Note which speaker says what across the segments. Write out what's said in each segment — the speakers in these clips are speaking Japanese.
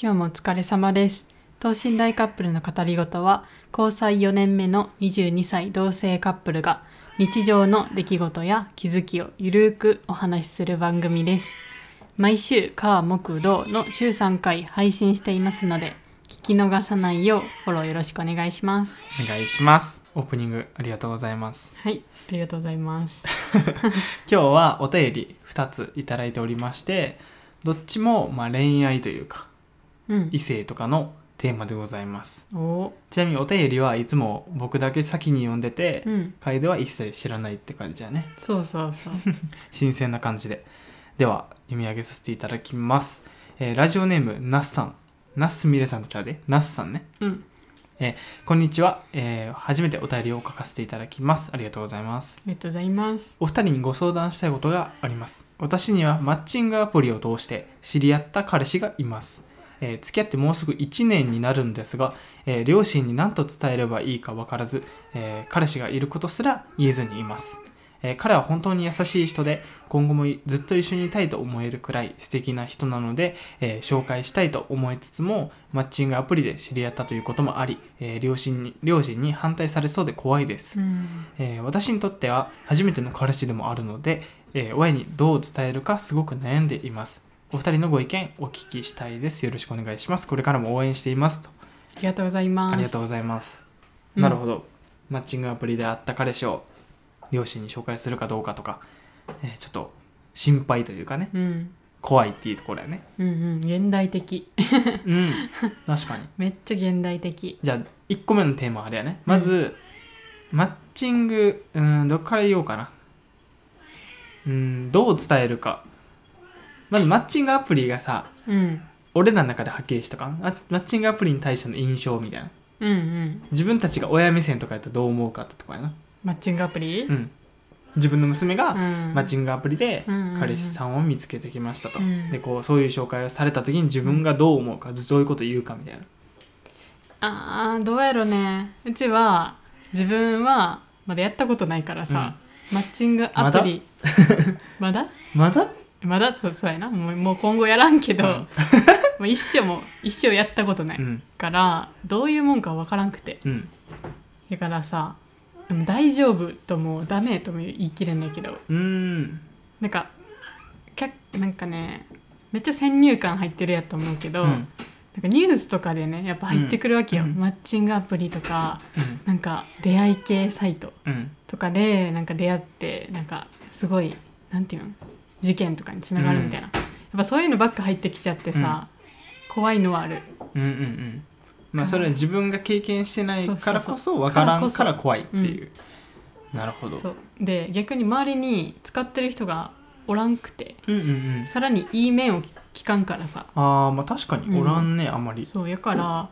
Speaker 1: 今日もお疲れ様です等身大カップルの語りごとは交際4年目の22歳同性カップルが日常の出来事や気づきをゆるーくお話しする番組です毎週火木土の週3回配信していますので聞き逃さないようフォローよろしくお願いします
Speaker 2: お願いしますオープニングありがとうございます
Speaker 1: はいありがとうございます
Speaker 2: 今日はお便り2ついただいておりましてどっちもまあ恋愛というか
Speaker 1: うん
Speaker 2: 異性とかのテーマでございます
Speaker 1: おー
Speaker 2: ちなみにお便りはいつも僕だけ先に読んでて、
Speaker 1: うん
Speaker 2: 楓は一切知らないって感じだね
Speaker 1: そうそうそう
Speaker 2: 新鮮な感じででは読み上げさせていただきます、えーラジオネームナスさんナスミレさんとちゃうでナスさんね
Speaker 1: うん
Speaker 2: こんにちは、えー初めてお便りを書かせていただきますありがとうございます
Speaker 1: ありがとうございます
Speaker 2: お二人にご相談したいことがあります私にはマッチングアプリを通して知り合った彼氏がいます、えー付き合ってもうすぐ1年になるんですが、えー両親に何と伝えればいいか分からず、えー彼氏がいることすら言えずにいます、えー彼は本当に優しい人で今後もずっと一緒にいたいと思えるくらい素敵な人なので、えー紹介したいと思いつつもマッチングアプリで知り合ったということもあり、えー両親に両親に反対されそうで怖いです
Speaker 1: うん
Speaker 2: えー私にとっては初めての彼氏でもあるので、えー親にどう伝えるかすごく悩んでいますお二人のご意見お聞きしたいですよろしくお願いしますこれからも応援していますと
Speaker 1: ありがとうございます
Speaker 2: ありがとうございます、
Speaker 1: うん
Speaker 2: なるほどマッチングアプリで会った彼氏を両親に紹介するかどうかとか、えーちょっと心配というかね
Speaker 1: うん
Speaker 2: 怖いっていうところやね
Speaker 1: うんうん現代的
Speaker 2: うん確かに
Speaker 1: めっちゃ現代的
Speaker 2: じゃあ1個目のテーマはあれやねまず、マッチングうーんどっから言おうかなうーんどう伝えるかまずマッチングアプリがさ
Speaker 1: うん
Speaker 2: 俺らの中で波形しとかんあマッチングアプリに対しての印象みたいな
Speaker 1: うんうん
Speaker 2: 自分たちが親目線とかやったらどう思うかとかやな
Speaker 1: マッチングアプリ、
Speaker 2: うん自分の娘がマッチ
Speaker 1: ン
Speaker 2: ングアプリで
Speaker 1: グ
Speaker 2: 彼氏さんを見つけてきましたと、
Speaker 1: うん
Speaker 2: でこうそういう紹介をされた時に自分がどう思うか、どういうこと言うかみたいな
Speaker 1: あーどうやろねうちは自分はまだやったことないからさ、マッチングアプリまだ
Speaker 2: まだ
Speaker 1: まだそうそうやなもうもう今後やらんけど、
Speaker 2: うん
Speaker 1: もう一生も一生やったことない、
Speaker 2: うん
Speaker 1: からどういうもんかわからんくて
Speaker 2: うん
Speaker 1: だからさでも大丈夫ともダメとも言い切れないけど
Speaker 2: うーん
Speaker 1: なんか客なんかねめっちゃ先入観入ってるやと思うけど、
Speaker 2: うん
Speaker 1: なんかニュースとかでねやっぱ入ってくるわけよ、
Speaker 2: うん
Speaker 1: マッチングアプリとか
Speaker 2: うん
Speaker 1: なんか出会い系サイト
Speaker 2: うん
Speaker 1: とかでなんか出会ってなんかすごいなんていうの事件とかにつながるみたいな、やっぱそういうのばっか入ってきちゃってさ、怖いのはある
Speaker 2: うんうんうんまあそれは自分が経験してないからこそ分からんから怖いっていう、なるほど
Speaker 1: そうで逆に周りに使ってる人がおらんくて
Speaker 2: うんうんうん
Speaker 1: さらにいい面を聞かんからさ
Speaker 2: ああまあ確かにおらんね、あんまり
Speaker 1: そうやから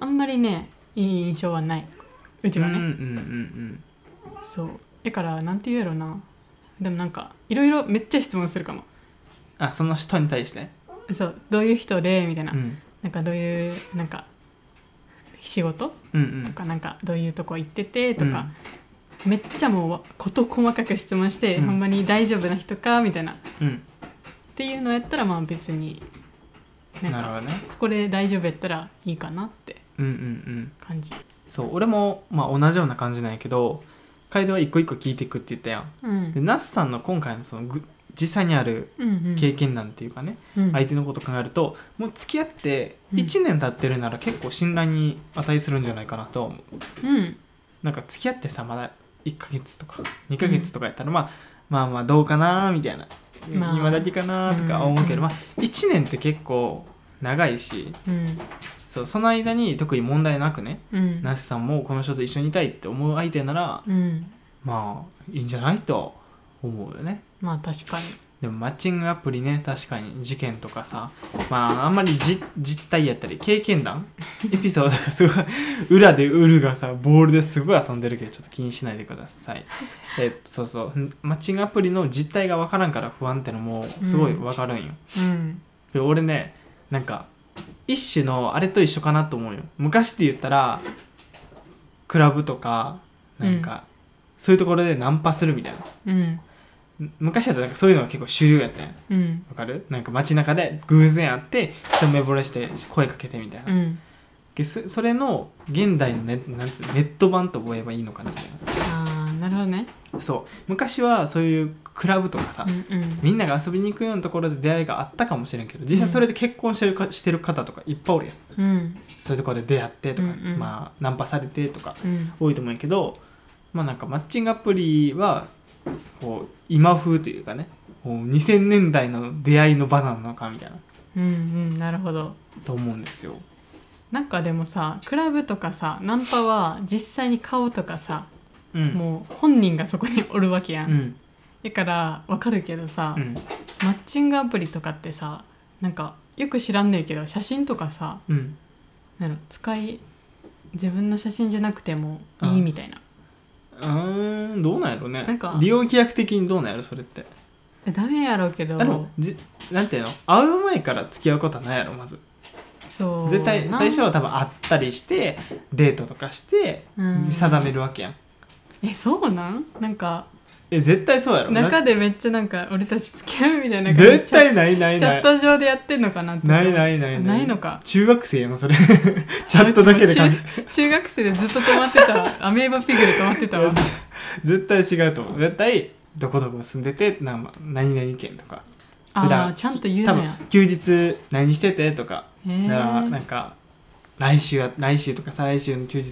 Speaker 1: あんまりねいい印象はないうちはね、
Speaker 2: うんうんうん
Speaker 1: そうだからなんて言うやろなでもなんかいろいろめっちゃ質問するかも
Speaker 2: あその人に対して
Speaker 1: そうどういう人でみたいな、
Speaker 2: うん
Speaker 1: なんかどういうなんか仕事
Speaker 2: うんうん
Speaker 1: とかなんかどういうとこ行っててとか、めっちゃもう事細かく質問して、
Speaker 2: うん
Speaker 1: ほんまに大丈夫な人かみたいなっ
Speaker 2: うん、
Speaker 1: ていうのやったらまあ別に
Speaker 2: う、
Speaker 1: なんん
Speaker 2: なる
Speaker 1: か
Speaker 2: ほどね
Speaker 1: そこで大丈夫やったらいいかなって
Speaker 2: うんうんうん
Speaker 1: 感じ
Speaker 2: そう俺もまあ同じような感じなんやけど楓は一個一個聞いていくって言ったやん
Speaker 1: うん
Speaker 2: でナスさんの今回のそのぐ実際にある
Speaker 1: うんうん
Speaker 2: 経験談っていうかね、
Speaker 1: うん
Speaker 2: 相手のこと考えるともう付き合って
Speaker 1: うん
Speaker 2: 1年経ってるなら結構信頼に値するんじゃないかなとは思う
Speaker 1: うん
Speaker 2: なんか付き合ってさまだ1ヶ月とか2ヶ月とかやったら、まあ、まあまあどうかなみたいな、
Speaker 1: まあ
Speaker 2: 今だけかなとか思うけど、
Speaker 1: うん
Speaker 2: まあ1年って結構長いし
Speaker 1: うん
Speaker 2: そうその間に特に問題なくね
Speaker 1: うん
Speaker 2: ナスさんもこの人と一緒にいたいって思う相手なら
Speaker 1: うん
Speaker 2: まあいいんじゃないと思うよね
Speaker 1: まあ確かに
Speaker 2: でもマッチングアプリね確かに事件とかさまああんまりじ実態やったり経験談エピソードがすごい裏でウルがさボールですごい遊んでるけどちょっと気にしないでくださいえそうそうんマッチングアプリの実態が分からんから不安ってのもすごい分かるんよ、
Speaker 1: うん
Speaker 2: で俺ねなんか一種のあれと一緒かなと思うよ昔って言ったらクラブとかなんか、そういうところでナンパするみたいな
Speaker 1: うん
Speaker 2: 昔だとなんかそういうのが結構主流やったんや
Speaker 1: うん
Speaker 2: わかるなんか街中で偶然会って一目惚れして声かけてみたいな、
Speaker 1: うん
Speaker 2: でそそれの現代のネなんつうネット版と覚えばいいのかなみたい
Speaker 1: ああなるほどね
Speaker 2: なそう昔はそういうクラブとかさ、
Speaker 1: うんうん
Speaker 2: みんなが遊びに行くようなところで出会いがあったかもしれんけど実際それで結婚してるかしてる方とかいっぱいおるやん
Speaker 1: うん
Speaker 2: そういうところで出会ってとか、
Speaker 1: うんうん
Speaker 2: まあ、ナンパされてとか
Speaker 1: うん
Speaker 2: 多いと思うんやけどまあなんかマッチングアプリはこう今風というかねこう2000年代の出会いの場なのかみたいな
Speaker 1: うんうんなるほど
Speaker 2: と思うんですよ
Speaker 1: なんかでもさクラブとかさナンパは実際に顔とかさ、
Speaker 2: うん
Speaker 1: もう本人がそこにおるわけやん、
Speaker 2: うん
Speaker 1: だからわかるけどさ、
Speaker 2: うん
Speaker 1: マッチングアプリとかってさなんかよく知らんねえけど写真とかさ
Speaker 2: うん
Speaker 1: なの使い自分の写真じゃなくてもいいみたいな、
Speaker 2: うーんどうなんやろね
Speaker 1: なんか
Speaker 2: 利用規約的にどうなんやろそれって
Speaker 1: えダメやろうけど
Speaker 2: でもじなんていうの会う前から付き合うことはないやろまず
Speaker 1: そう
Speaker 2: 絶対
Speaker 1: なん
Speaker 2: 最初は多分会ったりしてデートとかして
Speaker 1: うん
Speaker 2: 定めるわけやん
Speaker 1: えそうなんなんか
Speaker 2: え絶対そうやろ
Speaker 1: 中
Speaker 2: な
Speaker 1: でめっちゃなんか俺たち付き合うみたいな感じ
Speaker 2: 絶対ないない
Speaker 1: チャ
Speaker 2: な
Speaker 1: ッ
Speaker 2: い
Speaker 1: ト上でやってんのかなって
Speaker 2: ないないないい
Speaker 1: ないのか
Speaker 2: 中学生やなそれチャットだけで感じ
Speaker 1: 中中学生でずっと止まってたわアメーバピグで止まってたわ
Speaker 2: 絶対違うと思う絶対どこどこ住んでてなんか何々県とか普
Speaker 1: ああ
Speaker 2: 段
Speaker 1: ちゃんと言う
Speaker 2: 多
Speaker 1: の
Speaker 2: 分
Speaker 1: や
Speaker 2: 休日何しててとか
Speaker 1: へ
Speaker 2: だからな
Speaker 1: え
Speaker 2: んか来週は来週とか再来週の休日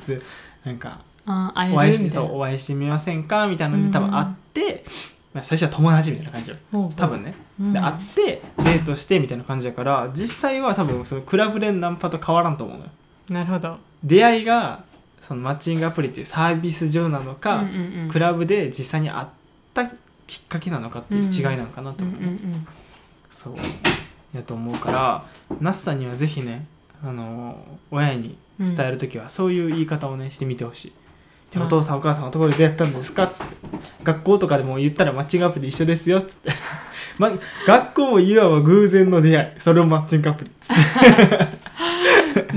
Speaker 2: なんか
Speaker 1: あー会える
Speaker 2: お会いして
Speaker 1: みた
Speaker 2: そ
Speaker 1: いうな
Speaker 2: お会いしてみませんかみたいなの
Speaker 1: う
Speaker 2: で
Speaker 1: ん
Speaker 2: 多分会って、まあ最初は友達みたいな感じよ
Speaker 1: ほうほう
Speaker 2: 多分ね、
Speaker 1: うん
Speaker 2: で会ってデートしてみたいな感じだから実際は多分そのクラブでのナンパと変わらんと思うのよ
Speaker 1: なるほど
Speaker 2: 出会いがそのマッチングアプリっていうサービス上なのか、
Speaker 1: うんうんうん
Speaker 2: クラブで実際に会ったきっかけなのかっていう違いなのかなと
Speaker 1: うん
Speaker 2: 思
Speaker 1: う
Speaker 2: う、
Speaker 1: んうん
Speaker 2: そうやと思うからナスさんにはぜひねあの親に伝える時はそういう言い方をねしてみてほしい、で
Speaker 1: まあ
Speaker 2: お父さんお母さんのところで出会ったんですか?」っつって学校とかでも言ったらマッチングアプリ一緒ですよっつって、 ま、学校もいわば偶然の出会いそれをマッチングアプリっつって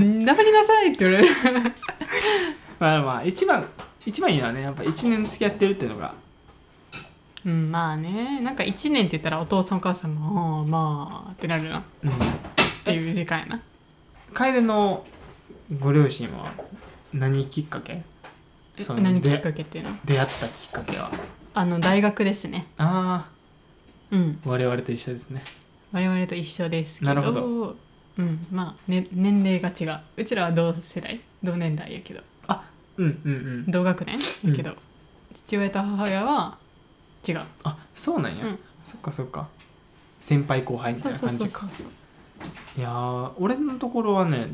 Speaker 1: うん黙りなさいって言われる
Speaker 2: まあまあ一番一番いいのはねやっぱ1年付き合ってるっていうのが
Speaker 1: うんまあねなんか1年って言ったらお父さんお母さんが「ああまあ」ってなるなっ
Speaker 2: うん
Speaker 1: ていう時間やな
Speaker 2: 楓のご両親は何きっかけ
Speaker 1: え
Speaker 2: そう
Speaker 1: 何き
Speaker 2: で
Speaker 1: っかけっていうの
Speaker 2: 出会ったきっかけは
Speaker 1: あの大学ですね
Speaker 2: ああ
Speaker 1: うん
Speaker 2: 我々と一緒ですね
Speaker 1: 我々と一緒ですけど
Speaker 2: なるほ
Speaker 1: うんまあ、ね、年齢が違ううちらは同世代同年代やけど
Speaker 2: うんうんうん
Speaker 1: 同学年やけど、父親と母親は違う
Speaker 2: あそうなんや、
Speaker 1: うん
Speaker 2: そっかそっか先輩後輩み
Speaker 1: そ
Speaker 2: たいうな
Speaker 1: そう
Speaker 2: 感
Speaker 1: そ
Speaker 2: じ
Speaker 1: う
Speaker 2: か
Speaker 1: そうそう
Speaker 2: いやー俺のところはね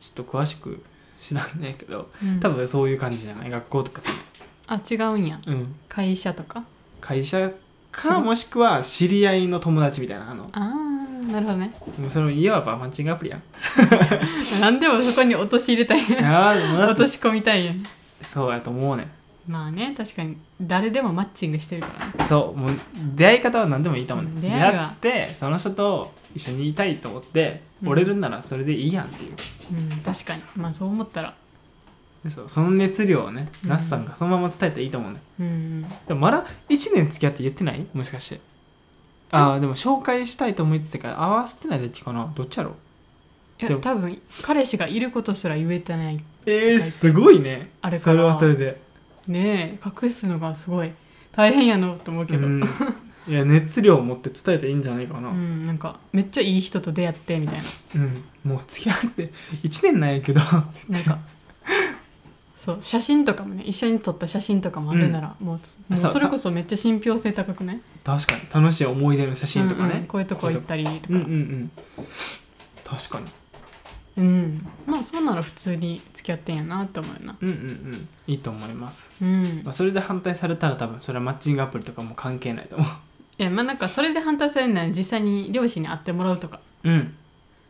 Speaker 2: ちょっと詳しく知らんねんけど
Speaker 1: うん
Speaker 2: 多分そういう感じじゃない学校とかじ
Speaker 1: あ違うんや
Speaker 2: ゃない、うん、
Speaker 1: 会社とか
Speaker 2: 会社
Speaker 1: そ
Speaker 2: か
Speaker 1: う
Speaker 2: もしくは知り合いの友達みたいなあの
Speaker 1: ああなるほどね
Speaker 2: もうそのいわばマッチングアプリやん
Speaker 1: 何でもそこに落とし入れたい
Speaker 2: いや ーもうだ
Speaker 1: 落
Speaker 2: っ
Speaker 1: と
Speaker 2: て
Speaker 1: し込みたいやん
Speaker 2: そうやと思うねん
Speaker 1: まあね確かに誰でもマッチングしてるからね
Speaker 2: そうもう出会い方は何でもいいと思う
Speaker 1: うん
Speaker 2: ね
Speaker 1: 出
Speaker 2: 出
Speaker 1: 会い
Speaker 2: 会
Speaker 1: は
Speaker 2: ってその人と一緒にいたいと思って、
Speaker 1: うん
Speaker 2: 折れるんならそれでいいやんっていう
Speaker 1: うん確かにまあそう思ったら
Speaker 2: でそうその熱量をね
Speaker 1: うん
Speaker 2: ナスさんがそのまま伝えたらいいと思うね
Speaker 1: うん
Speaker 2: でもまだ1年付き合って言ってないもしかしてああでも紹介したいと思いつつから合わせてない時かなどっちやろう
Speaker 1: い
Speaker 2: で
Speaker 1: や
Speaker 2: も
Speaker 1: 多分彼氏がいることすら言えてない
Speaker 2: え
Speaker 1: ーす
Speaker 2: ごいね
Speaker 1: あれか
Speaker 2: そ
Speaker 1: ら
Speaker 2: れはそれで
Speaker 1: ねえ隠すのがすごい大変やなと思うけど、
Speaker 2: う
Speaker 1: うん
Speaker 2: んいや熱量を持って伝えていいんじゃないかな、うん
Speaker 1: なんかめっちゃいい人と出会ってみたい な
Speaker 2: もう付き合って1年なんやけど
Speaker 1: なんかそう写真とかもね一緒に撮った写真とかもあるなら、もうもう
Speaker 2: そう
Speaker 1: それこそめっちゃ信憑性高くね
Speaker 2: 確かに楽しい思い出の写真と
Speaker 1: う
Speaker 2: か
Speaker 1: んうん
Speaker 2: ね
Speaker 1: こういうとこ行ったりと
Speaker 2: うんうん
Speaker 1: か
Speaker 2: うん確かに
Speaker 1: うん、まあそうなら普通に付き合ってんやなって思うよな
Speaker 2: うんうんうんいいと思います、
Speaker 1: うん
Speaker 2: まあ、それで反対されたら多分それはマッチングアプリとかも関係ないと思
Speaker 1: いやまあなんかそれで反対されるなら実際に両親に会ってもらうとか
Speaker 2: ううん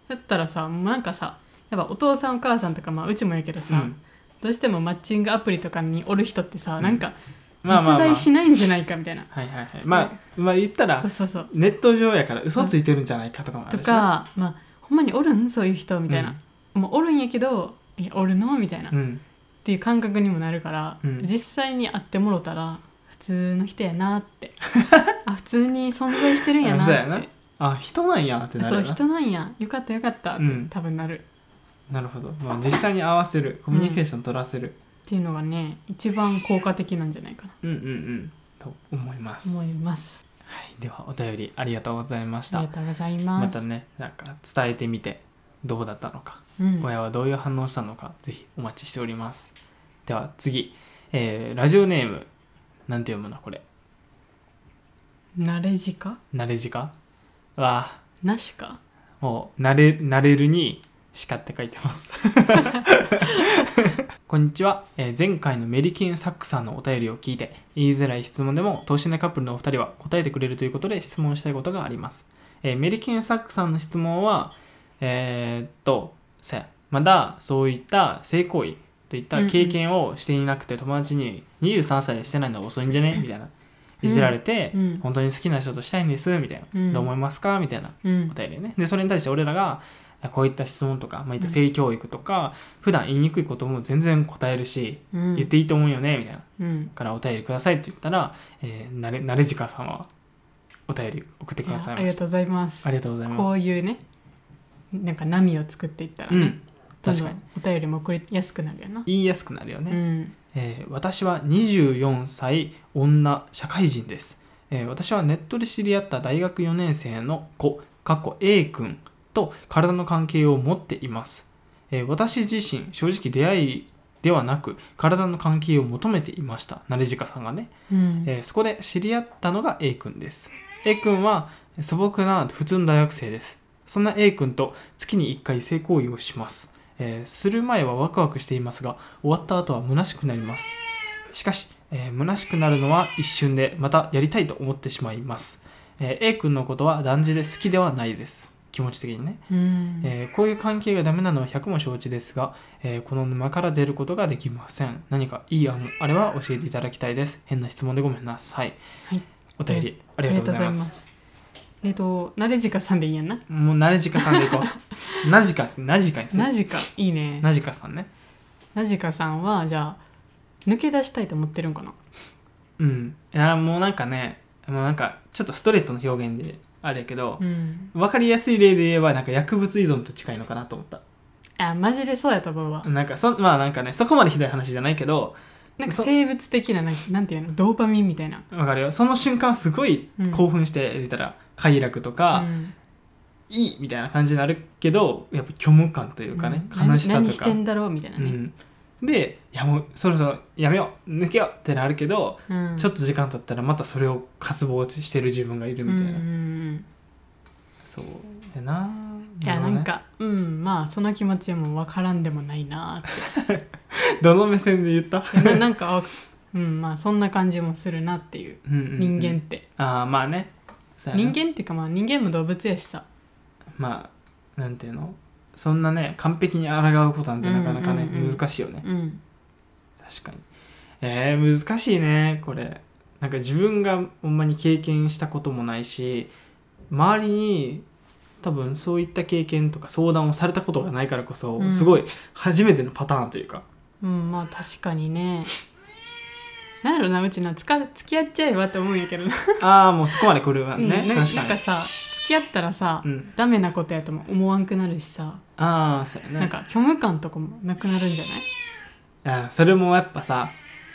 Speaker 1: だったらさもうなんかさやっぱお父さんお母さんとか、まあ、うちもやけど
Speaker 2: う
Speaker 1: さ、
Speaker 2: ん
Speaker 1: どうしてもマッチングアプリとかにおる人ってさ、
Speaker 2: うん
Speaker 1: なんか
Speaker 2: まあま
Speaker 1: 実
Speaker 2: あまあ
Speaker 1: 在しないんじゃないかみたいな、
Speaker 2: はいはいはいまあまあ言ったら
Speaker 1: そうそうそう
Speaker 2: ネット上やから嘘ついてるんじゃないかとかもあ
Speaker 1: と
Speaker 2: るしな
Speaker 1: かまあほんまにおるんそういう人みたいな、もうおるんやけどいやおるのみたいな、
Speaker 2: う
Speaker 1: っ
Speaker 2: ん
Speaker 1: ていう感覚にもなるから、
Speaker 2: うん
Speaker 1: 実際に会ってもろたら普通の人やなって あ普通に存在してるんやなっ
Speaker 2: あそう
Speaker 1: て
Speaker 2: やなあ人なんやってなる
Speaker 1: そ
Speaker 2: よ
Speaker 1: う
Speaker 2: な
Speaker 1: 人なんやよかったよかったって、
Speaker 2: うん
Speaker 1: 多分なる
Speaker 2: なるほど、まあ、実際に合わせるコミュニケーション取らせる、
Speaker 1: っていうのがね一番効果的なんじゃないかな
Speaker 2: うん、うんうんと思います、
Speaker 1: 思
Speaker 2: はい
Speaker 1: ます
Speaker 2: い、ではお便りありがとうございまし
Speaker 1: あ
Speaker 2: た
Speaker 1: りがとうござい
Speaker 2: ま
Speaker 1: ま
Speaker 2: た
Speaker 1: す、
Speaker 2: ねなんか伝えてみてどうだったのか、
Speaker 1: うん、
Speaker 2: 親はどういう反応したのかぜひお待ちしておりますでは次、えーラジオネームなんて読むのこれ
Speaker 1: 慣れじか
Speaker 2: 慣れ字かは
Speaker 1: なしか
Speaker 2: もう慣れ慣れるに叱って書いてます こんにちは、えー前回のメリケンサックさんのお便りを聞いて言いづらい質問でも等身大カップルのお二人は答えてくれるということで質問したいことがあります、えーメリケンサックさんの質問はえーっとそうやまだそういった性行為といった経験をしていなくて友達に23歳でしてないのは遅いんじゃねみたいないじられて、
Speaker 1: うん
Speaker 2: 本当に好きな人としたいんですみたいな、
Speaker 1: うん
Speaker 2: どう思いますかみたいな
Speaker 1: うん
Speaker 2: お便りねでそれに対して俺らがあこういった質問とか、まあ、言った性教育とか、普段言いにくいことも全然答えるし、
Speaker 1: うん
Speaker 2: 言っていいと思うよねみたいな
Speaker 1: うん
Speaker 2: からお便りくださいって言ったら、えー、なれなれじかさんはお便り送って
Speaker 1: い
Speaker 2: くだ
Speaker 1: や
Speaker 2: さ
Speaker 1: あ
Speaker 2: い
Speaker 1: り
Speaker 2: ま
Speaker 1: が
Speaker 2: した
Speaker 1: とうございます
Speaker 2: ありがとうございます
Speaker 1: こういうねなんか波を作っていったらね、
Speaker 2: うん確かに
Speaker 1: どんどんお便りも送りやすくなるよな、
Speaker 2: 言いやすくなるよね、
Speaker 1: うん
Speaker 2: えー私は24歳女社会人です、えー私はネットで知り合った大学4年生の子かっこ A 君と体の関係を持っています、えー私自身正直出会いではなく体の関係を求めていましたなれじかさんがね、
Speaker 1: うん
Speaker 2: えーそこで知り合ったのが A 君です A 君は素朴な普通の大学生ですそんな A 君と月に1回性行為をします、えーする前はワクワクしていますが終わった後は虚しくなりますしかし、えー虚しくなるのは一瞬でまたやりたいと思ってしまいます、えー A 君のことは断じで好きではないです気持ち的にね
Speaker 1: うん
Speaker 2: えーこういう関係がダメなのは100も承知ですが、えーこの沼から出ることができません何かいい案あれば教えていただきたいです変な質問でごめんなさい、
Speaker 1: はい
Speaker 2: お便りありがとうございます
Speaker 1: ありがとうございますえっ、となれじかさんでいいやんな
Speaker 2: もうなれじかさんでいこ うなじかなじかです
Speaker 1: な
Speaker 2: ね
Speaker 1: じかいいね
Speaker 2: なじかさんね
Speaker 1: なじかさんはじゃあ抜け出したいと思ってるんかな
Speaker 2: うんいやもうなんかねもうなんかちょっとストレートの表現であれやけど
Speaker 1: う、ん
Speaker 2: わかりやすい例で言えばなんか薬物依存と近いのかなと思った
Speaker 1: あマジでそうやと思うわ
Speaker 2: なんかそまあなんかねそこまでひどい話じゃないけど
Speaker 1: なんか
Speaker 2: そ
Speaker 1: 生物的ななんなんていうのドーパミンみたいな
Speaker 2: わかるよその瞬間すごい興奮して出たら快楽とか、
Speaker 1: うん
Speaker 2: いいみたいな感じになるけどやっぱ虚無感というかね、
Speaker 1: うん
Speaker 2: 悲しさ
Speaker 1: 何
Speaker 2: と
Speaker 1: 何して
Speaker 2: か、
Speaker 1: んだろうみたいな
Speaker 2: う
Speaker 1: ね、
Speaker 2: ん、でいやもうそろそろやめよう抜けようってなるけど、
Speaker 1: うん
Speaker 2: ちょっと時間経ったらまたそれを渇望してる自分がいるみたいな、
Speaker 1: うんうんうん
Speaker 2: そうやな
Speaker 1: うんいや
Speaker 2: るほ
Speaker 1: な
Speaker 2: どね
Speaker 1: んか、うんまあその気持ちも分からんでもないなーっ
Speaker 2: どの目線で言った、
Speaker 1: てななんかあうんまあそんな感じもするなっていう
Speaker 2: うんうんうん
Speaker 1: 人間って、
Speaker 2: ああまあねそうやな
Speaker 1: 人間っていうかまあ人間も動物やしさ
Speaker 2: まあなんていうのそんなね完璧に抗うことなんてなかなかね、
Speaker 1: うんうんうん
Speaker 2: 難しいよね
Speaker 1: うん
Speaker 2: 確かにえー、難しいねこれなんか自分がほんまに経験したこともないし周りに多分そういった経験とか相談をされたことがないからこそ、
Speaker 1: うん
Speaker 2: すごい初めてのパターンとい うか
Speaker 1: うんまあ確かにねなんやろなうちなつか付き合っちゃえばって思うんやけどな,、
Speaker 2: ああもうそこまでこれは
Speaker 1: うん
Speaker 2: ね、
Speaker 1: な
Speaker 2: 確
Speaker 1: なんか
Speaker 2: かに、
Speaker 1: さ付き合ったらさ、
Speaker 2: うん、
Speaker 1: ダメなことやとも思わんくなるしさ、
Speaker 2: ああそうやね
Speaker 1: なんか虚無感とかもなくなるんじゃない
Speaker 2: あーそれもやっぱさ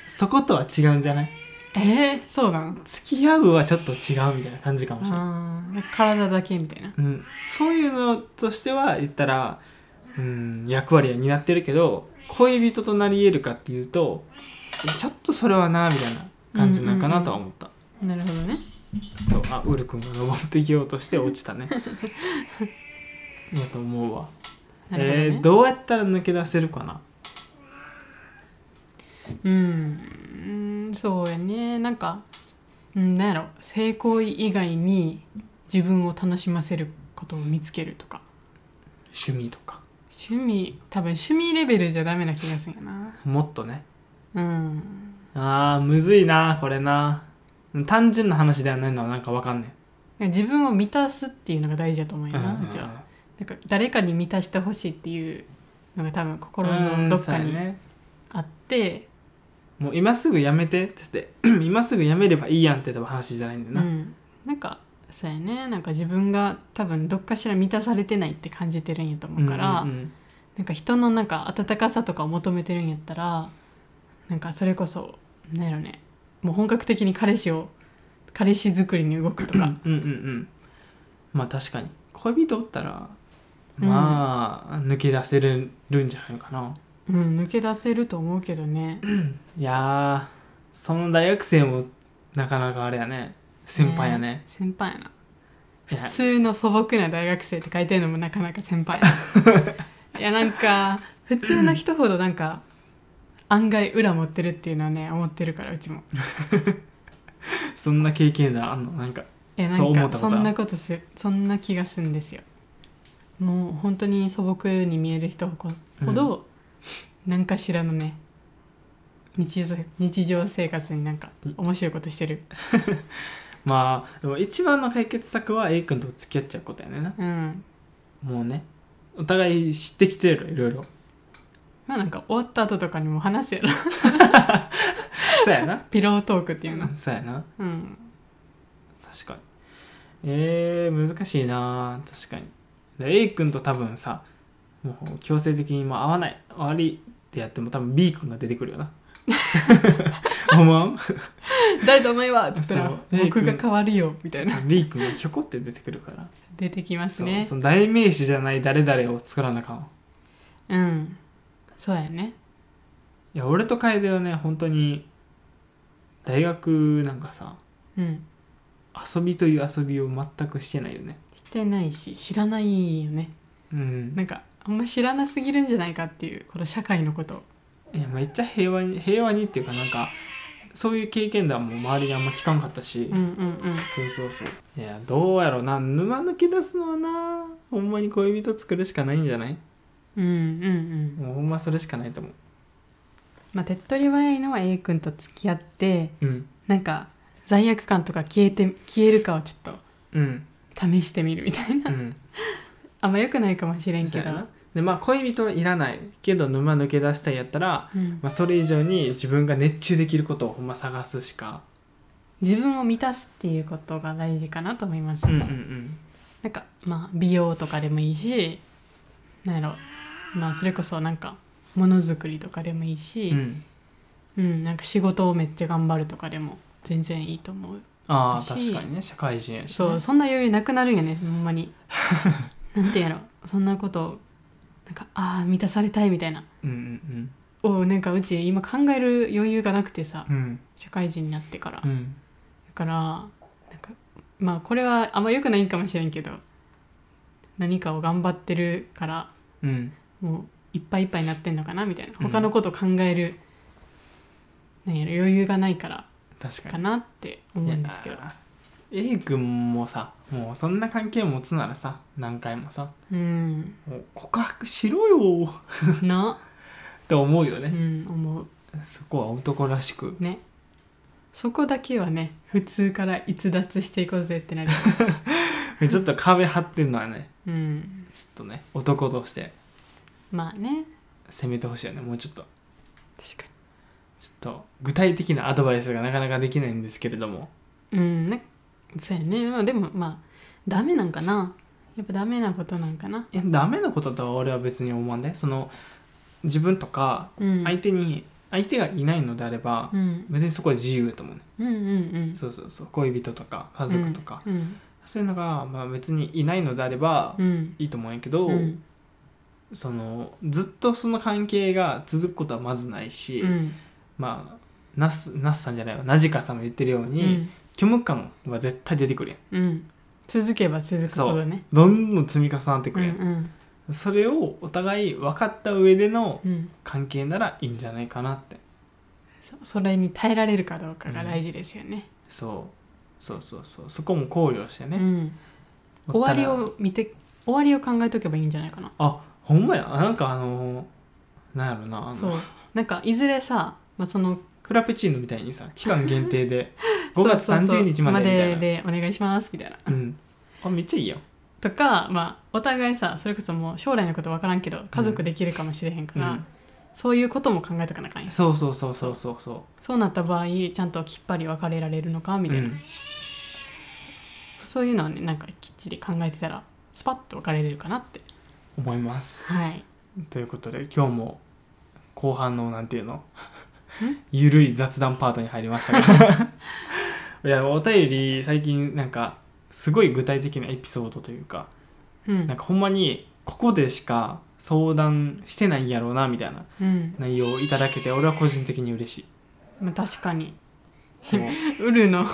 Speaker 2: そことは違うんじゃない
Speaker 1: えー、そうなん
Speaker 2: 付き合うはちょっと違うみたいな感じかもしれない、
Speaker 1: あーなんか体だけみたいな
Speaker 2: うん、そういうのとしては言ったら、うん、役割は担ってるけど恋人となり得るかっていうといやちょっとそれはなみたいな感じなんかなとは思った、
Speaker 1: なるほどね
Speaker 2: そうあウル君が登ってきようとして落ちた ねだと思うわ
Speaker 1: なるほどね、
Speaker 2: えーどうやったら抜け出せるかな
Speaker 1: うんうんそうやねなんかうんなんやろ性行為以外に自分を楽しませることを見つけるとか
Speaker 2: 趣味とか
Speaker 1: 趣味多分趣味レベルじゃダメな気がするんやな
Speaker 2: もっとね
Speaker 1: うん
Speaker 2: あーむずいなこれな単純な話ではないのはなんかわかんね
Speaker 1: 自分を満たすっていうのが大事だと思う
Speaker 2: え
Speaker 1: よな、うちはなんか誰かに満たしてほしいっていうのが多分心
Speaker 2: うん
Speaker 1: のどっか
Speaker 2: そう
Speaker 1: に
Speaker 2: やね
Speaker 1: あって、
Speaker 2: もう今すぐやめてっつって 今すぐやめればいいやんって多分話じゃないんだよ
Speaker 1: う
Speaker 2: な、
Speaker 1: ん、なんかそうやねなんか自分が多分どっかしら満たされてないって感じてるんやと思うから、
Speaker 2: うんうんうん
Speaker 1: なんか人のなんか温かさとかを求めてるんやったらなんかそれこそなんやろねもう本格的に彼氏を彼氏作りに動くと か
Speaker 2: うんうんうんまあ確かに恋人おったらまあ、抜け出せるるんじゃないかな
Speaker 1: うん抜け出せると思うけどね
Speaker 2: いやーその大学生もなかなかあれやね先輩やね
Speaker 1: 先輩やない
Speaker 2: や
Speaker 1: 普通の素朴な大学生って書いてるのもなかなか先輩 やいやなんか普通の人ほどなんか案外裏持ってるっていうのはね思ってるからうちも
Speaker 2: そんな経験談あんのなんか
Speaker 1: えな
Speaker 2: そう思
Speaker 1: ん
Speaker 2: っ
Speaker 1: か
Speaker 2: たこと
Speaker 1: そ
Speaker 2: ある
Speaker 1: んなことすそんな気がするんですよもう本当に素朴に見える人ほほど何かしらのね日常日常生活になんか面白いことしてる
Speaker 2: まあでも一番の解決策は A 君と付き合っちゃうことやねんな
Speaker 1: うん
Speaker 2: もうねお互い知ってきてるいろいろ
Speaker 1: まあなんか終わった後とかにも話すやろ
Speaker 2: そうやな
Speaker 1: ピロートーク っていうの
Speaker 2: そうやな
Speaker 1: うん
Speaker 2: 確かにえー、難しいな確かにで A 君と多分さもう強制的にまあ合わない終わりってやっても多分 B 君が出てくるよな思わん
Speaker 1: 誰とお前はって言った
Speaker 2: そう
Speaker 1: ら
Speaker 2: A 君
Speaker 1: 僕が変わるよみたいな
Speaker 2: そう B 君がひょこって出てくるから
Speaker 1: 出てきます
Speaker 2: そう、
Speaker 1: ね
Speaker 2: その代名詞じゃない誰々を作らなあかん
Speaker 1: うんそうやね
Speaker 2: いや俺と楓はね本当に大学なんかさ
Speaker 1: うん
Speaker 2: 遊びという遊びを全くしてないよね
Speaker 1: してないし知らないよね
Speaker 2: うん
Speaker 1: なんかあんま知らなすぎるんじゃないかっていうこの社会のこと
Speaker 2: いやめっちゃ平和に平和にっていうかなんかそういう経験談も周りにあんま聞かんかったし、
Speaker 1: うんうん
Speaker 2: そうそうそういやどうやろな沼抜け出すのはなほんまに恋人作るしかないんじゃない
Speaker 1: うんうんうんうん
Speaker 2: もうほんまそれしかないと思う
Speaker 1: まあ手っ取り早いのは A 君と付き合って
Speaker 2: うん
Speaker 1: なんか罪悪感とか消えて消えるかをちょっと
Speaker 2: うん
Speaker 1: 試してみるみたいな
Speaker 2: うん
Speaker 1: あんま良くないかもしれんけど
Speaker 2: そうやなでまあ恋人はいらないけど沼抜け出したいやったら、
Speaker 1: うん
Speaker 2: まあ、それ以上に自分が熱中できることをほんま探すしか
Speaker 1: 自分を満たすっていうことが大事かなと思います、
Speaker 2: うんうんうん
Speaker 1: なんかまあ美容とかでもいいしなんやろまあそれこそなんかものづくりとかでもいいし、
Speaker 2: うん
Speaker 1: うん、なんか仕事をめっちゃ頑張るとかでも全然いいと思う
Speaker 2: ああ
Speaker 1: し
Speaker 2: 確かにね社会人やし、ね、
Speaker 1: そうそんな余裕なくなるんやねほんま になんていうんやろそんなことなんかああ満たされたいみたいな
Speaker 2: うんうん
Speaker 1: をなんかうち今考える余裕がなくてさ
Speaker 2: うんうん
Speaker 1: 社会人になってから、
Speaker 2: う
Speaker 1: だ
Speaker 2: ん
Speaker 1: からなんかまあこれはあんま良くないんかもしれんけど何かを頑張ってるから
Speaker 2: うん
Speaker 1: もういっぱいいっぱいになってんのかなみたいな
Speaker 2: うん
Speaker 1: 他のこと考える、なんやろ余裕がないから
Speaker 2: 確かに
Speaker 1: かなって思うんですけど
Speaker 2: いや A 君もさもうそんな関係持つならさ何回もさ
Speaker 1: うん
Speaker 2: もう告白しろよー
Speaker 1: な、
Speaker 2: って思うよ
Speaker 1: う
Speaker 2: ね、
Speaker 1: ん、思う
Speaker 2: そこは男らしく
Speaker 1: ねそこだけはね普通から逸脱していこうぜってなる
Speaker 2: ちょっと壁張ってんのはね
Speaker 1: うん
Speaker 2: ちょっとね男として
Speaker 1: まあね
Speaker 2: 攻めてほしいよねもうちょっと
Speaker 1: 確か
Speaker 2: ちょっと具体的なアドバイスがなかなかできないんですけれども
Speaker 1: にうんねそうやね、まあ、でもまあダメなんかなやっぱダメなことなんかな
Speaker 2: えダメなこととは俺は別に思わんでその自分とか
Speaker 1: うん
Speaker 2: 相手に相手がいないのであれば、
Speaker 1: うん
Speaker 2: 別にそこは自由だと思うね
Speaker 1: うんうんうん
Speaker 2: そうそうそう恋人とか家族とか、
Speaker 1: うん
Speaker 2: そういうのが、まあ、別にいないのであれば
Speaker 1: うん
Speaker 2: いいと思うんやけど、
Speaker 1: うん
Speaker 2: そのずっとその関係が続くことはまずないし、
Speaker 1: うん
Speaker 2: まあナスナスさんじゃないわナジカさんも言ってるよう
Speaker 1: う
Speaker 2: に、
Speaker 1: ん
Speaker 2: 虚無感は絶対出てくるやん
Speaker 1: うん続けば続くほどね
Speaker 2: どんどん積み重なって
Speaker 1: う
Speaker 2: く
Speaker 1: ん
Speaker 2: るやん、それをお互い分かった上での
Speaker 1: うんうん
Speaker 2: 関係ならいいんじゃないかなって
Speaker 1: そそれに耐えられるかどうかが大事ですよね、
Speaker 2: そうそうそうそうそこも考慮して
Speaker 1: う
Speaker 2: ね、
Speaker 1: ん、
Speaker 2: お
Speaker 1: 終
Speaker 2: った
Speaker 1: わり
Speaker 2: ら
Speaker 1: を見て終わりを考えとけばいいんじゃないかな
Speaker 2: あほんまやなんかあのーなんやろなあ
Speaker 1: そう
Speaker 2: の
Speaker 1: なんかいずれさ、まあ、その
Speaker 2: フラペチーノみたいにさ期間限定 で
Speaker 1: そ
Speaker 2: 5
Speaker 1: う
Speaker 2: 月
Speaker 1: そうそう
Speaker 2: 30日までみたいな
Speaker 1: でお願いしますみたいな
Speaker 2: うんあめっちゃいいやん
Speaker 1: とか、まあ、お互いさそれこそもう将来のこと分からんけど家族できるかもしれへんから、
Speaker 2: うん
Speaker 1: そういうことも考えとかなあかんや
Speaker 2: そうそうそうそうそうそ
Speaker 1: そうなった場合ちゃんときっぱり別れられるのか
Speaker 2: う
Speaker 1: みたいな、
Speaker 2: うん
Speaker 1: そういうのはねなんかきっちり考えてたらスパッと別れれるかなって
Speaker 2: 思います
Speaker 1: はい
Speaker 2: ということで今日も後半のなんていうのゆるい雑談パートに入りましたが いやお便り最近なんかすごい具体的なエピソードというか
Speaker 1: うん
Speaker 2: なんかほんまにここでしか相談してないやろうなみたいな
Speaker 1: うん
Speaker 2: 内容をいただけて俺は個人的に嬉し
Speaker 1: まあ、確かに
Speaker 2: いもう
Speaker 1: ウルの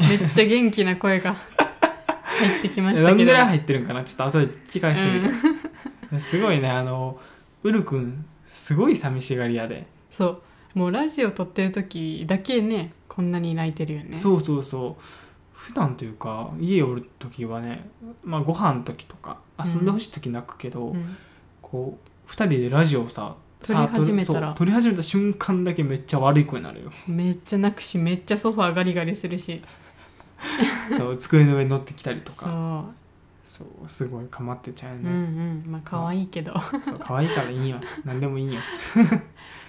Speaker 1: めっちゃ元気な声が入ってきまし
Speaker 2: ど
Speaker 1: た
Speaker 2: ん
Speaker 1: け
Speaker 2: ぐ
Speaker 1: ど
Speaker 2: らい入ってるんかなちょっと後で聞き返してみる、 すごいねあのウル君すごい寂しがり屋で、
Speaker 1: そうもうラジオ撮ってる時だけねこんなに泣いてるよね
Speaker 2: そうそうそう普段というか家おる時はねまあご飯の時とか遊んでほしい時泣くけど、
Speaker 1: うん
Speaker 2: こう2人でラジオをさ
Speaker 1: 撮り始めたら
Speaker 2: さあ撮るそう撮り始めた瞬間だけめっちゃ悪い声にな るよ
Speaker 1: めっちゃ泣くしめっちゃソファーガリガリするし
Speaker 2: そう机の上に乗ってきたりと
Speaker 1: そう
Speaker 2: かそうすごい構ってちゃうよ
Speaker 1: うんう
Speaker 2: ね、
Speaker 1: んまあ可愛いけど
Speaker 2: そう可愛いからいいよ何でもいいよ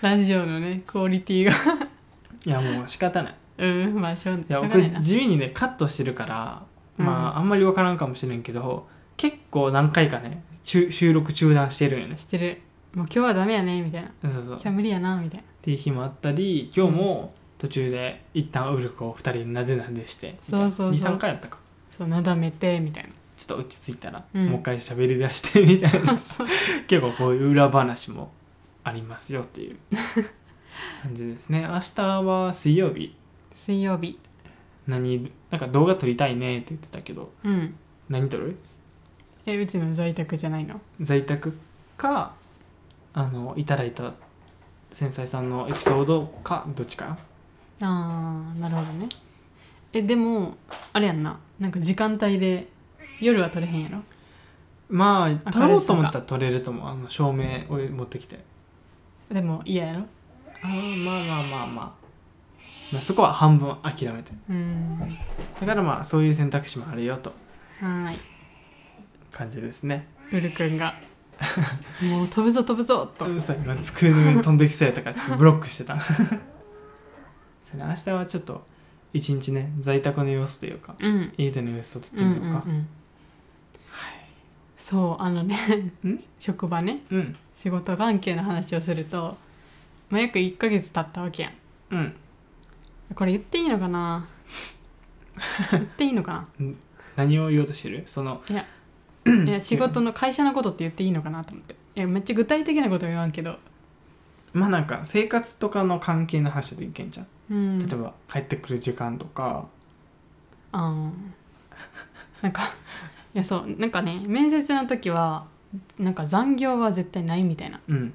Speaker 1: ラジオのねクオリティが
Speaker 2: いやもう仕方ない
Speaker 1: うんまあしょうし
Speaker 2: い
Speaker 1: ょ
Speaker 2: や
Speaker 1: うが
Speaker 2: 僕
Speaker 1: ないな
Speaker 2: 地味にねカットしてるからまあ、
Speaker 1: うん
Speaker 2: あんまり分からんかもしれんけど結構何回かね中収録中断してるんよね
Speaker 1: してるもう今日はダメやねみたいな
Speaker 2: そうそうっ
Speaker 1: 今日は無理やなみたいな
Speaker 2: ていう日もあったり今日も途中で一旦ウルコを2人でなでなでして
Speaker 1: そうそうそう
Speaker 2: 23回やったか
Speaker 1: そうなだめてみたいな
Speaker 2: ちょっと落ち着いたら、
Speaker 1: うん
Speaker 2: もう一回喋り出してみたいな 結構こういう裏話もありますよっていう感じですね明日は水曜日
Speaker 1: 水曜日
Speaker 2: 何なんか動画撮りたいねって言ってたけど
Speaker 1: うん
Speaker 2: 何撮る
Speaker 1: えうちの在宅じゃないの
Speaker 2: 在宅かあのいただいた繊細さんのエピソードかどっちか
Speaker 1: あーなるほどねえでもあれやんななんか時間帯で夜は取れへんやろ
Speaker 2: まあ
Speaker 1: あ
Speaker 2: 撮ろうと思ったら撮れると思うあの照明を持ってきて
Speaker 1: でも嫌やろ
Speaker 2: あーまあまあまあまあ、まあ、そこは半分諦めて
Speaker 1: うーん
Speaker 2: だからまあそういう選択肢もあるよと
Speaker 1: はーい
Speaker 2: 感じですね
Speaker 1: ウルくんがもう飛ぶぞ飛ぶぞと
Speaker 2: うんさ今机の上に飛んできそうやったからちょっ とブロックしてたそうね明日はちょっと一日ね在宅の様子というか
Speaker 1: うん
Speaker 2: 家での様子を撮って
Speaker 1: うんうん
Speaker 2: み
Speaker 1: う
Speaker 2: ようか
Speaker 1: んそうあのね職場ね
Speaker 2: うん
Speaker 1: 仕事関係の話をすると、まあ、約1ヶ月経ったわけやん
Speaker 2: うん
Speaker 1: これ言っていいのかな言っていいのか
Speaker 2: 何を言おうとしてるその
Speaker 1: ないや仕事の会社のことって言っていいのかなと思っていやめっちゃ具体的なことは言わんけど
Speaker 2: まあなんか生活とかの関係の話でいけんじゃん、
Speaker 1: うん
Speaker 2: 例えば帰ってくる時間とか
Speaker 1: あーなんかいやそうなんかね面接の時はなんか残業は絶対ないみたいな
Speaker 2: うん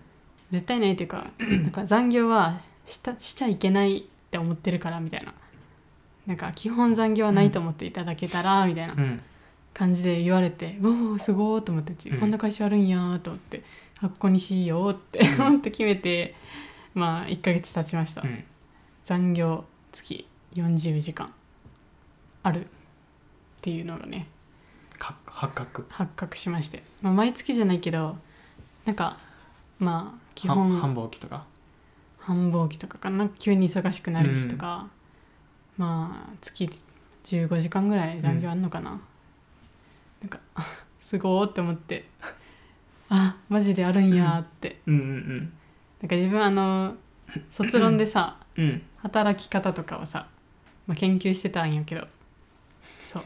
Speaker 1: 絶対ないっていう かなんか残業はしたしちゃいけないって思ってるからみたいななんか基本残業はないと思っていただけたらみたいな
Speaker 2: うん
Speaker 1: 感じで言われて「うおーすごー」と思ってうち
Speaker 2: うん
Speaker 1: こんな会社あるんやーと思って「あここにしよう」って思って決めてまあ1ヶ月経ちました
Speaker 2: うん
Speaker 1: 残業月40時間あるっていうのがね
Speaker 2: か 発覚
Speaker 1: 発覚しまして、まあ、毎月じゃないけどなんかまあ基
Speaker 2: は
Speaker 1: 本
Speaker 2: 繁忙期とか
Speaker 1: 繁忙期とかかな急に忙しくなる日とか、まあ月15時間ぐらい残業あんのかな、なんか すごーって思って あマジであるんやーって
Speaker 2: うんうん
Speaker 1: なんか自分あの卒論でさ
Speaker 2: うんうん
Speaker 1: 働き方とかをさ、まあ、研究してたんやけどそう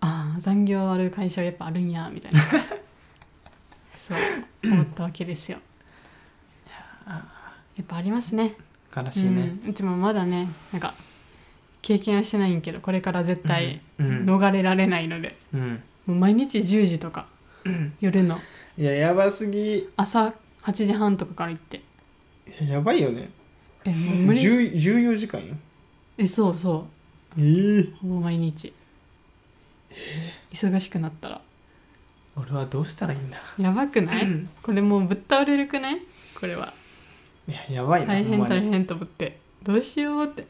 Speaker 1: ああ残業ある会社はやっぱあるんやみたいなそう思ったわけですよやっぱありますね
Speaker 2: 悲しいね、
Speaker 1: うん、うちもまだねなんか経験はしてないんやけどこれから絶対
Speaker 2: うん
Speaker 1: 逃れられないので、
Speaker 2: うん
Speaker 1: もう毎日10時とか夜の
Speaker 2: いややばすぎ
Speaker 1: 朝8時半とかから行って
Speaker 2: いややばいよね
Speaker 1: えもう無理
Speaker 2: 10 14時間よ
Speaker 1: えそうそう
Speaker 2: えー、
Speaker 1: ほぼ毎日忙しくなったら
Speaker 2: 俺はどうしたらいいんだ
Speaker 1: やばくないこれもうぶっ倒れるくないこれはい
Speaker 2: ややばいな
Speaker 1: 大変
Speaker 2: ほんま
Speaker 1: 大
Speaker 2: に
Speaker 1: 変と思ってどうし ようって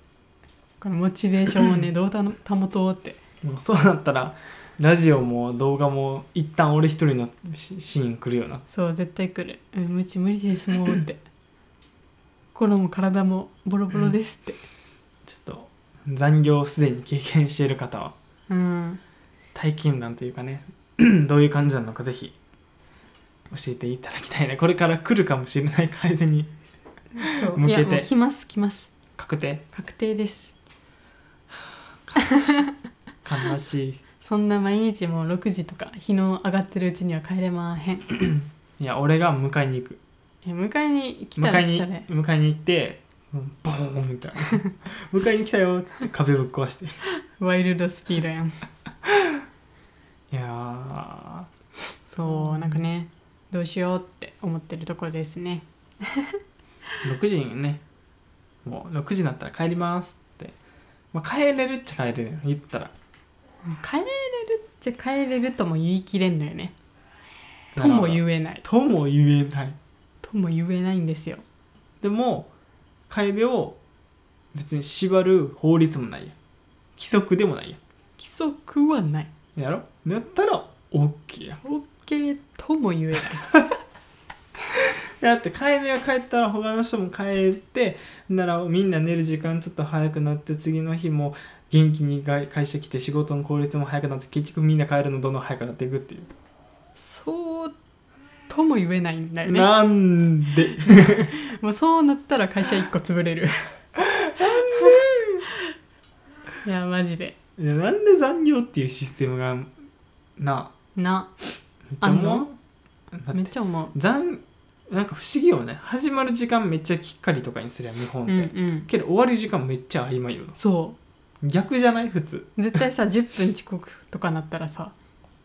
Speaker 1: このモチベーションをねどうたの保とうって
Speaker 2: もうそうなったらラジオも動画も一旦俺一人のシシーン来るよな
Speaker 1: そう絶対来る「うん無知無理ですもう」って 「心も体もボロボロです」って
Speaker 2: ちょっと残業をすでに経験している方は
Speaker 1: うん
Speaker 2: 体験談というかね どういう感じなのかぜひ教えていただきたいねこれから来るかもしれない改善に
Speaker 1: そう
Speaker 2: 向
Speaker 1: い
Speaker 2: けて
Speaker 1: やもう来ます来ます
Speaker 2: 確定
Speaker 1: 確定です
Speaker 2: 悲しい
Speaker 1: そんな毎日もう6時とか日の上がってるうちには帰れまへん
Speaker 2: いや俺が迎えに行く
Speaker 1: え迎えに来た
Speaker 2: 迎
Speaker 1: ら
Speaker 2: え
Speaker 1: 来
Speaker 2: に
Speaker 1: たら
Speaker 2: 迎えに行ってうんボーンみたいな 迎えに来たよっつって壁ぶっ壊してい
Speaker 1: ワイルドスピードやん
Speaker 2: やー
Speaker 1: そうなんかねどうしようって思ってるところですね
Speaker 2: 6時にねもう6時になったら帰りますって、まあ、帰れるっちゃ帰れるよ言ったら
Speaker 1: 帰れるっちゃ帰れるとも言い切れんのよねとも
Speaker 2: う
Speaker 1: 言えない
Speaker 2: とも言えない
Speaker 1: とも言えないんですよ
Speaker 2: でも楓を別に縛る法律もないや規則でもない
Speaker 1: 規則はない
Speaker 2: ややろやったら OK や
Speaker 1: OK とも言えない
Speaker 2: だって楓が帰ったら他の人も帰ってならみんな寝る時間ちょっと早くなって次の日も元気にが会社来て仕事の効率も早くなって結局みんな帰るのどんどん早くなっていくっていう、
Speaker 1: そうとも言えないんだよね
Speaker 2: なんで
Speaker 1: もうそうなったら会社一個潰れる いやマジで
Speaker 2: いやなんで残業っていうシステムがな
Speaker 1: な
Speaker 2: あめっちゃ思
Speaker 1: あん
Speaker 2: うだっ
Speaker 1: めってちゃ思う
Speaker 2: 残なんか不思議よね始まる時間めっちゃきっかりとかにすりゃ日本っ
Speaker 1: うん
Speaker 2: て、
Speaker 1: うん
Speaker 2: けど終わる時間めっちゃ曖昧よな
Speaker 1: そ
Speaker 2: 逆じゃない普通
Speaker 1: う絶対さ10分遅刻とかなったらさ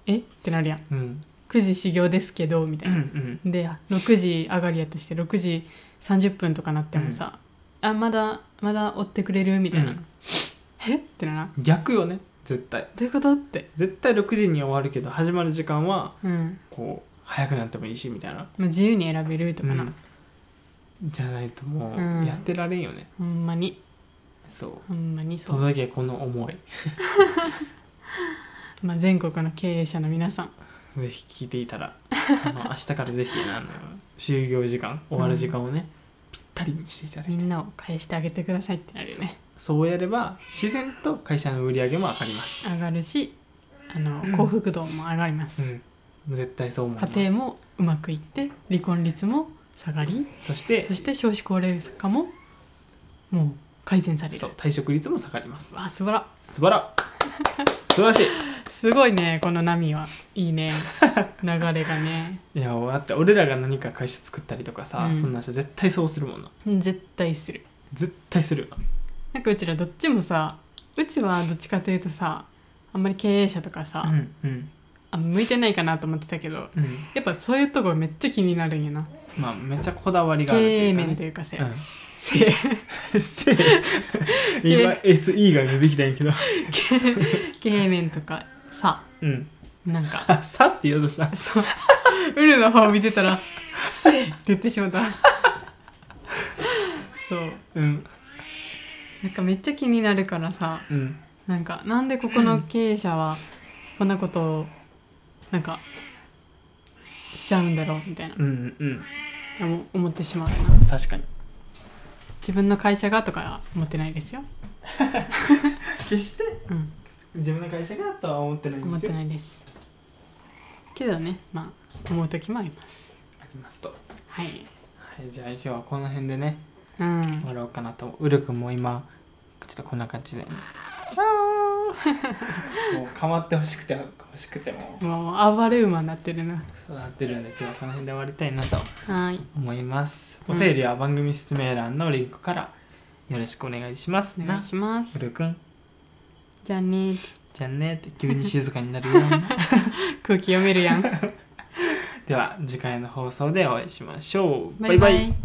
Speaker 1: えってなるやん
Speaker 2: うん
Speaker 1: 9時始業ですけどみた
Speaker 2: う
Speaker 1: い
Speaker 2: んう
Speaker 1: な、
Speaker 2: ん
Speaker 1: で6時上がりやとして6時30分とかなってもさ、あまだまだ追ってくれるみたいな、
Speaker 2: うん
Speaker 1: えってならんど
Speaker 2: 逆よね絶対
Speaker 1: ういうことって
Speaker 2: 絶対6時に終わるけど始まる時間は
Speaker 1: うん、
Speaker 2: こう早くなってもいいしみたいな、
Speaker 1: まあ、自由に選べるとかな、
Speaker 2: うんじゃないとも
Speaker 1: うん
Speaker 2: うやってられんよね、
Speaker 1: ほんまに
Speaker 2: そう
Speaker 1: ほんまにそ
Speaker 2: と
Speaker 1: う、
Speaker 2: だけこの思い
Speaker 1: まあ、全国の経営者の皆さん
Speaker 2: ぜひ聞いていたらあの明日からぜひあの就業時間終わる時間をね、ぴったりにしていただいて
Speaker 1: みんなを返してあげてくださいってなるよね
Speaker 2: そうやれば自然と会社の売り上げも上がります、
Speaker 1: 上がるしあの幸福度も上がります、
Speaker 2: うん、絶対そう思います
Speaker 1: 家庭もうまくいって離婚率も下がり
Speaker 2: そして
Speaker 1: そして少子高齢化ももう改善される
Speaker 2: そう退職率も下がります
Speaker 1: わあ素晴ら
Speaker 2: 素晴ら素晴らしい
Speaker 1: すごいねこの波はいい ね流れがね
Speaker 2: いやだって俺らが何か会社作ったりとかさ、
Speaker 1: うん
Speaker 2: そんなんしたら絶対そうするもんな
Speaker 1: 絶対する
Speaker 2: 絶対するよな
Speaker 1: なんかうちらどっちもさうちはどっちかというとさあんまり経営者とかさ、
Speaker 2: うんうん
Speaker 1: あ向いてないかなと思ってたけど
Speaker 2: うん
Speaker 1: やっぱそういうとこめっちゃ気になるんやな
Speaker 2: まあめっちゃこだわりがあると
Speaker 1: 経営
Speaker 2: いうか、
Speaker 1: 面と
Speaker 2: ね、
Speaker 1: いうかさ、
Speaker 2: う
Speaker 1: せ
Speaker 2: んせ今 SE が出てきたんやけど
Speaker 1: 経営面とかさ
Speaker 2: うん
Speaker 1: なんか
Speaker 2: あさって言おうとした
Speaker 1: そうウルの方見てたら「せーって言ってしまったそう
Speaker 2: うん
Speaker 1: なんかめっちゃ気になるからさ
Speaker 2: うん
Speaker 1: なんかなんでここの経営者はこんなことをなんかしちゃうんだろうみたいな
Speaker 2: うんうん
Speaker 1: 思思ってしまうな
Speaker 2: 確かに
Speaker 1: 自分の会社がとかは思ってないですよ、
Speaker 2: 決して
Speaker 1: うん、
Speaker 2: 自分の会社がとは思ってないん
Speaker 1: 思
Speaker 2: で
Speaker 1: って
Speaker 2: すよ
Speaker 1: ないですけどねまあ思う時もあります
Speaker 2: ありますと
Speaker 1: はい
Speaker 2: はいじゃあ今日はこの辺でね
Speaker 1: うん
Speaker 2: 終わろうかなとウル君も今ちょっとこんな感じで もう構ってほしくて欲しくても
Speaker 1: もう暴れ馬になってるな
Speaker 2: そうなってるんで今日はこの辺で終わりたいなと
Speaker 1: はい
Speaker 2: 思います
Speaker 1: う
Speaker 2: お
Speaker 1: ん
Speaker 2: 便りは番組説明欄のリンクからよろしくお願いします
Speaker 1: お願いしま
Speaker 2: ウ
Speaker 1: す
Speaker 2: ル君
Speaker 1: じゃあね
Speaker 2: じゃあねって急に静かになるよう な
Speaker 1: 空気読めるやん
Speaker 2: では次回の放送でお会いしましょう
Speaker 1: バイバイ